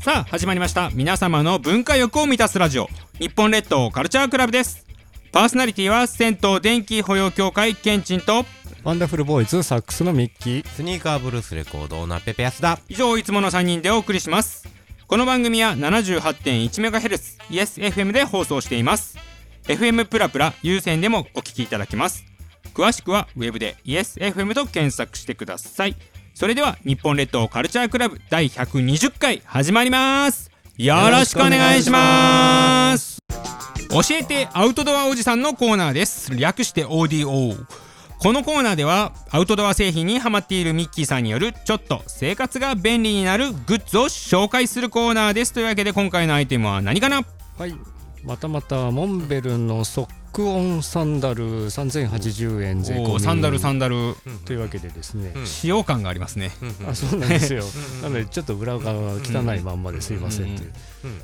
さあ始まりました皆様の文化欲を満たすラジオ日本列島カルチャークラブですパーソナリティは銭湯電気保養協会ケンチンとワンダフルボーイズサックスのミッキースニーカーブルースレコードなペペヤスだ以上いつもの3人でお送りしますこの番組は 78.1MHz イエス FM で放送しています FM プラプラ有線でもお聞きいただけます詳しくはウェブで ESFM と検索してくださいそれでは日本列島カルチャークラブ第120回始まりますよろしくお願いします教えてアウトドアおじさんのコーナーです略して ODO このコーナーではアウトドア製品にハマっているミッキーさんによるちょっと生活が便利になるグッズを紹介するコーナーですというわけで今回のアイテムは何かなはいまたまたモンベルのソックオンサンダル3080円税込おみーサンダルサンダルというわけでですね、使用感がありますねあそうなんですよなのでちょっと裏側は汚いまんまですいませんっていう、うんうんうん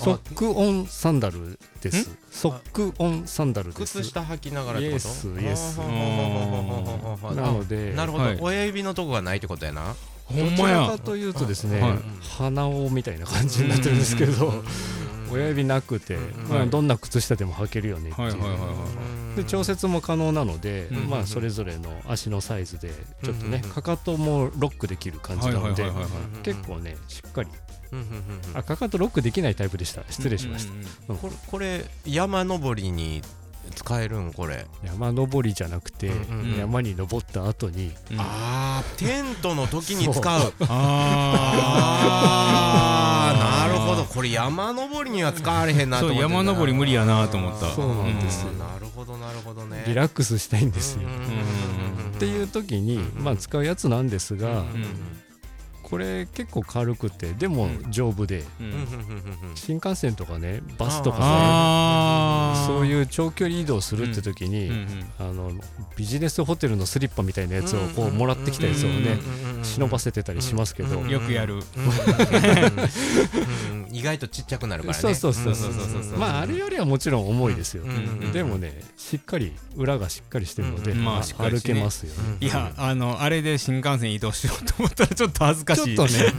ソックオンサンダルですソックオンサンダルです靴下履きながらってことイエスイエスあーなのでなるほど、はい親指のとこがないってことやなほどんちまらかやというとですね、はい鼻緒みたいな感じになってるんですけど、親指なくて、んまはあ、いどんな靴下でも履けるよねっていはいう、はいはいはいで調節も可能なので、うんまあ、それぞれの足のサイズでちょっとね、うんかかともロックできる感じなので、はいはいはいはい結構ねしっかりああかかとロックできないタイプでした失礼しました、うんうんこれこれ山登りに使えるんこれ山登りじゃなくて、うんうん山に登った後にうんあーテントの時に使うああーーなるほどこれ山登りには使われへんなとそ思うって山登り無理やなと思ったそうなんですようなるほどなるほどねリラックスしたいんですよ、うんうんうんうんっていう時に、まあ、使うやつなんですが、うんこれ結構軽くてでも丈夫で、うう んうんんうんうん新幹線とかねバスとかねあーそういう長距離移動するって時に、うんうんあのビジネスホテルのスリッパみたいなやつをこうんううんもらってきたやつをねうんうんうん忍ばせてたりしますけど、うんよくやるうんうんうんうん意外とちっちゃくなるからねそうそうそうそうそうそうそうまああれよりはもちろん重いですよ、うんうんうんでもねしっかり裏がしっかりしてるので、うんまああしっかり歩してけねますよ、うんいやあのあれで新幹線移動しようと思ったらちょっと恥ずかちょっしいとねね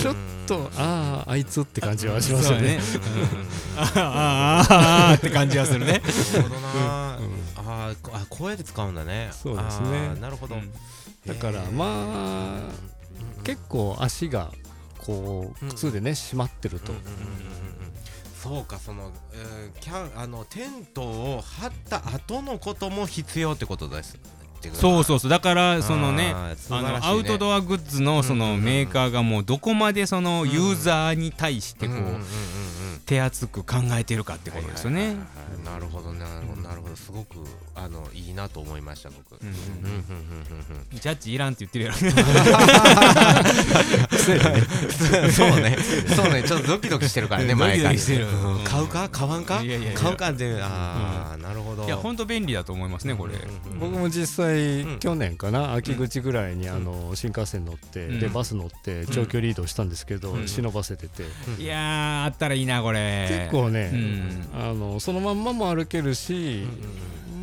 ちょっとあああいつって感じはしますよねそうだねうんあーあーあーあーって感じがするねなるほどなあーこあこうやって使うんだねそうですねあーなるほどうんだからまあ結構足がこう靴でね締まってると、うんうんうんうんそうかその、えーキャンあのテントを張った後のことも必要ってことですそううそうそうだからそのねあー素あ晴らしいのねアウトドアグッズのそのメーカーがもうどこまでそのユーザーに対してこうんうんうんううん手厚く考えてるかってことですよはねいはい。はいはいなるほどねなるほどなるほどすごくあのいいなと思いました僕うんうんうんうんうんうんうんジャッジいらんって言ってるやろ。 そうね、 そうね、ちょっとドキドキしてるからね、ド前キかドらキしてるうん買うか、買わんか、いやいやいや買うかで、ああ、なるほど。いや本当便利だと思いますねこれ。うん僕も実際、うん去年かな秋口ぐらいに、あの新幹線乗って、うんでバス乗って長距離移動したんですけど、うん忍ばせてて、いやーあったらいいなこれ。結構ね、うんあのそのまんまも歩けるし、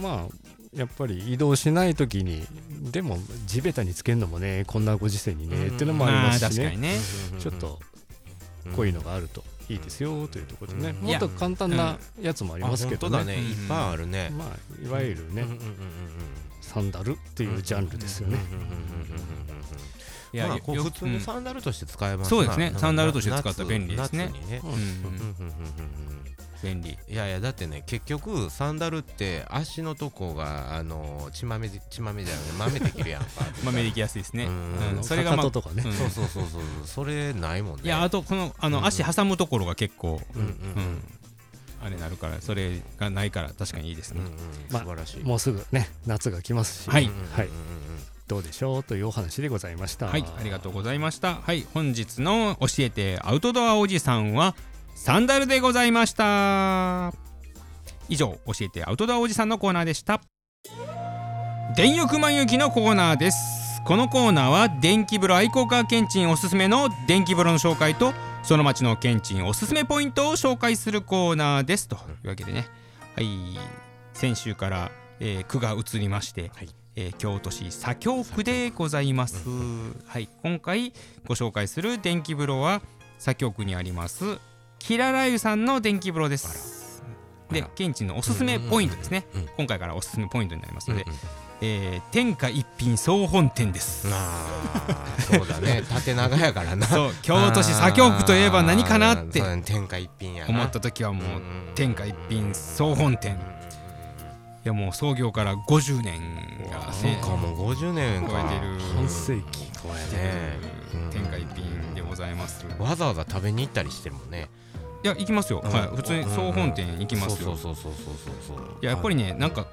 まあやっぱり移動しない時にでも地べたにつけるのもねこんなご時世にね、うんっていうのもありままあすし確かねにね。ちょっとこういうのがあるといいですよというところでね、うんもっと簡単なやつもあありますけど本当だね,、ね、いっぱいあるね。まあ、いわゆるね、うんうんうんうんサンダルっていうジャンルですよね。うんうんうんうんうんいやまあこうよ普通うのんサンダルとして使えますなそうですねなんかサンダルとして使ったら便利ですね夏にねうんうんうんうんうんうんうん便利。いやいやだってね結局サンダルって足のとこがあの血まめ血まめじゃなくて豆 できるやんかまあ目できやすいですね。うんうんそそれれががかまかあととかね、うんそうそうそうそうそれないもんねいやあとこのあの足挟むところが結構うんうんうんうんあれなるからそれがないから確かにいいですうんねう。ん素まあ晴らしいもうすぐね夏が来ますし、はいはいどうでしょうというお話でございました。はい、ありがとうございました。はい、本日の教えてアウトドアおじさんはサンダルでございました。以上、教えてアウトドアおじさんのコーナーでした。電浴満雪のコーナーです。このコーナーは電気風呂愛好家ケンチンおすすめの電気風呂の紹介とその町のケンチンおすすめポイントを紹介するコーナーですというわけでね。はい、先週から、えー、区が移りまして、えー京都市左京区でございます。はい、今回ご紹介する電気風呂は左極にありますキララユさんの電気風呂ですあらであら現地のおすすめポイントですね、うんうんうん今回からおすすめポイントになりますので、うんうんえー天下一品総本店です、あーそうだ ね縦長やからなそう京都市左京区といえば何かなってあーそうね天下一品やな思った時はもううんうんうん天下一品総本店いやもう創業から50年がそうねかもう50年超かえてる半世紀そうやねうん天下一品でございますいわざわざ食べに行ったりしてるもんねや行きますよ、うんはい、普通に総本店行きますよ、そうそうそうそうそうそういややっぱりねなんか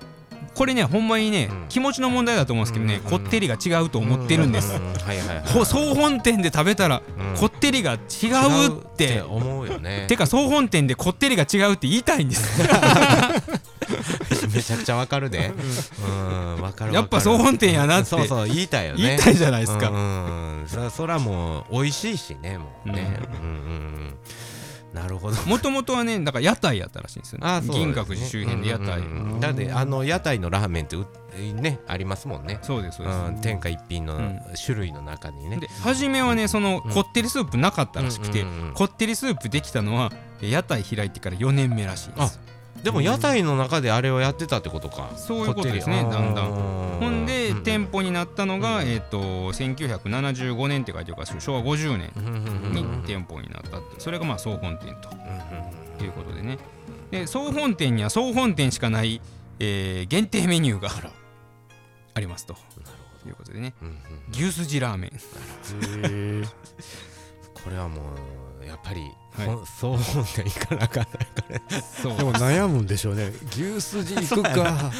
これねほんまにね、うん気持ちの問題だと思うんですけどね、うんこってりが違うと思ってるんです、うううはいはいはいほ総本店で食べたら、うんこってりが違うっ違て思うよねてか総本店でこってりが違うって言いたいんですめちゃくちゃわかるでうんわかるやっぱ総本店やなってそうそう言いたいよね言いたいじゃないですか、うんうんそそらもう美味しいしねもうねうんうんうんなるほどもともとはねだから屋台やったらしいんですよねあそうです銀ね閣寺周辺で屋台、うんうんうんだってあの屋台のラーメンってうねありますもんねそうですそうです、うん天下一品のん種類の中にねで初めはねそのこってりスープなかったらしくて、うんうんうんうんこってりスープできたのは屋台開いてから4年目らしいんですでも屋台の中であれをやってたってことかそういうことですねこってりだんだんうほんで、うん店舗になったのが、えっ、と1975年って書いてるから昭和50年うんうんうんに店舗になったってそれがまあ総本店ということでねで総本店には総本店しかない、えー限定メニューがありますということでねうんうん牛すじラーメンへえこれはもうやっぱりはいほん総本店行かなあかんねそうでも悩むんでしょうね牛すじ行くか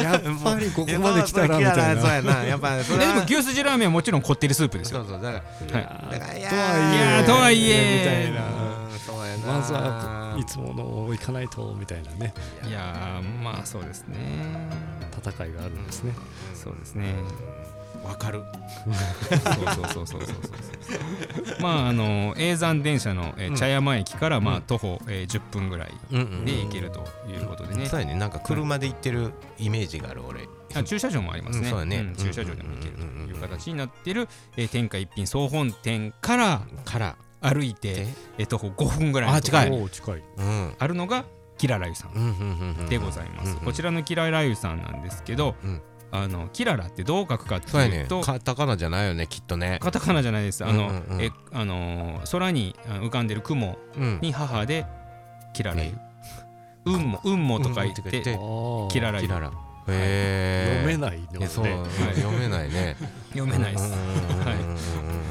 やっぱりここまで来たらみたいそうなやなやっぱそえれではも牛すじラーメンはもちろんこってりスープですそようそうだかはいらだからいやいとやはーとはいえみたいなうんそうやなまずはいつもの行かないとみたいなねいやーまあそうですね戦いがあるんですねそうですねわかるそうそうそうそうそうそうそうまああの永山電車の、えー茶山駅から、まあ徒歩、えー10分ぐらいうんうんで行けるということでね、そうやねなんか車で行ってるイメージがある俺あ駐車場もありますね,、うんそうだねん駐車場でも行けるとうんうんうんうんいう形になってる、えー天下一品総本店からから歩いてで、えー徒歩5分ぐらいのとこ近いおー近いうんあるのがキララユさんうんうんうんうんでございます、うんうんこちらのキララユさんなんですけど、うんあのキララってどう書くかってそうやいねうとカタカナじゃないよねきっとねカタカナじゃないですあの、うんうんうんえあのー空にあの浮かんでる雲うんに母でキララユ、ね運も運もとか言って、うんうんとか言ってキラララユキララへえ読めないのねそうね読めないね読めないです、はい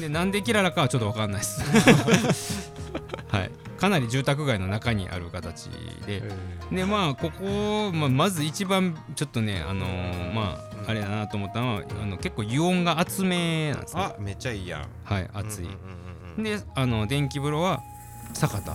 でなんでキララかはちょっとわかんないです はいかなり住宅街の中にある形ででまあここ、まあ、まず一番ちょっとねあのーまああれだなと思ったのはあの結構油温が厚めなんですねあめっちゃいいやんはい厚い、うんうんうんうんであの電気風呂は酒田あは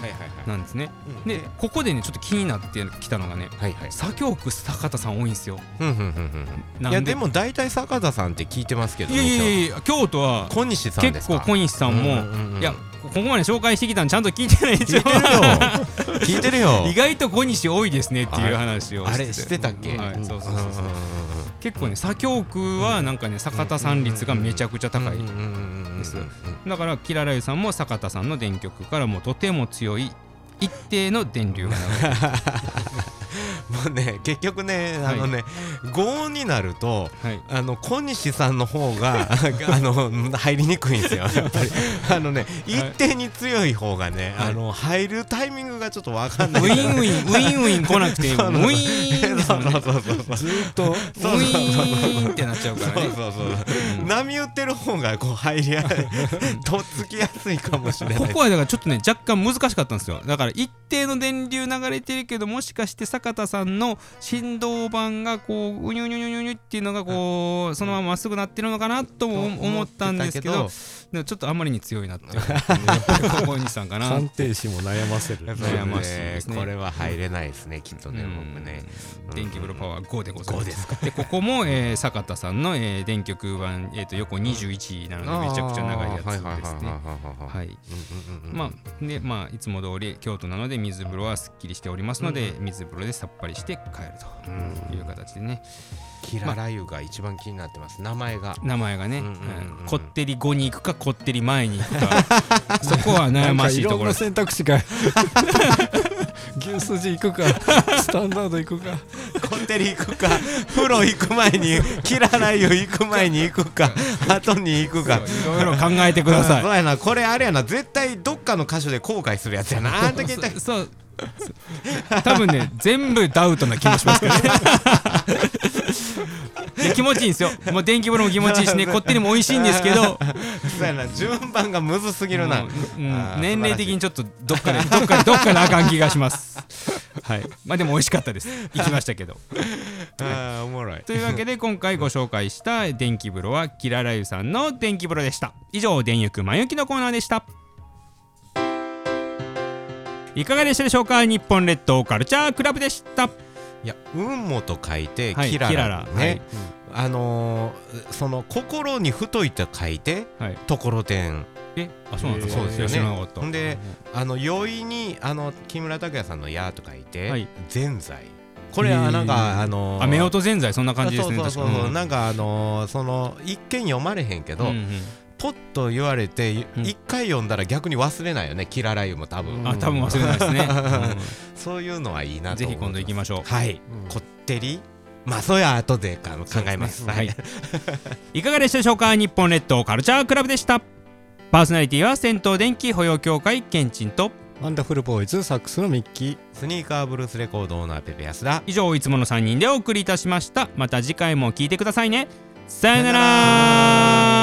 いはいはいなんですねうんでここでねちょっと気になってきたのがねはいはい左京区酒田さん多いんですようんうんうんうんなんいやでも大体坂田さんって聞いてますけどいやいや僕はいや京都は小西さんで結すか構小西さんも、うんうんうんいやここまで紹介してきたのちゃんと聞いてないでし聞ょいてる よ聞いてるよ意外と小西多いですねっていう話をあれしてたっけはい、そうそううんそううんそう結構ね左京区はなんかね酒田さん率がめちゃくちゃ高いうんうんうんうんですだからキララユさんも坂田さんの電極からもとても強い一定の電流が流れるもうね結局ねあのね5になると はいあの小西さんの方が あの入りにくいんですよ、やっぱりあのね一定に強い方がね、はいあの入るタイミングがちょっとわかんウないィンウィンウィンウィン来なくてウィそうなのーンですもんねそうそうそうそうずーっとウィーンってなっちゃうからそうねそうそう波打ってる方がこう入りやすいとっつきやすいかもしれないここはだからちょっとね若干難しかったんですよだから一定の電流流れてるけどもしかして坂田さんの振動板がこううにゅうにゅうにゅうにゅっていうのがこうそのまままっすぐなってるのかなとも思ったんですけどでもちょっとあまりに強いなって思ったんでやっぱりここにさんかな鑑定士も悩ませるやっぱり悩ましいですねこれは入れないですねきっとねうん僕ね電気風呂パワー5でござい5ま。ですすかでここも、えー、坂田さんの、えー、電極版、えー、と横21なのでめちゃくちゃ長いややつですね。は。はいい、うんうんうんうんまあでまあいつも通り京都なので水風呂はすっきりしておりますので、水風呂でさっぱりして帰るという形でね、キララユが一番気になってます。名前が。名前がね、うんうんうんはいこってり後に行くかこってり前に行くかそこは悩ましいところでなんすかいろんな選択肢が牛すじ行くかスタンダード行くかコテリ行くか、風呂行く前に、キララユ行く前に行くか、後に行くか。いろいろ考えてくだそさうやな、これあれやな、絶対どっかの箇所で後悔するやつやな。あんい。時言ったそそう多分ね全部ダウトな気もしますけどねいや気持ちいいんですよもう電気風呂も気持ちいいしねこってりも美味しいんですけどそうやな、順番がむずすぎるもな。うあうーん、年齢的に素ちょっとどっかでどっかでどっかであかん気がします はいまあでも美味しかったです行きましたけど晴らしいあーおもろい。というわけで今回ご紹介した電気風呂はキララユさんの電気風呂でした以上電浴まゆきのコーナーでしたいかがでしたでしょうか日本列島カルチャークラブでしたいや、雲母と書いて、はいキララ。キララはいね。あのー、その心に太いと書いて、はいところてん。えあそうなんですか、そうですよね知らなかったほんであの容易にあの木村拓哉さんの「や」と書いて、はいぜんざいこれはなんか、あのー、あ夫婦ぜんざいそんな感じですねそうそうそうそう確かなんかあのー、その一見読まれへんけど、うんうんポッと言われていうん一回読んだら逆に忘れないよね、キララユも多分、うんあ多分忘れないですね、そういうのはいいうんなとぜ思ひ今度行きまましょうすはい、うんこってりまあそや後でか考えますはい、いかがでしたでしょうか日本列島カルチャークラブでしたパーソナリティは銭湯電気保養協会ケンチンとワンダフルボーイズサックスのミッキースニーカーブルースレコードオーナーペペヤスだ以上いつもの3人でお送りいたしましたまた次回も聞いてくださいねさよなさよなら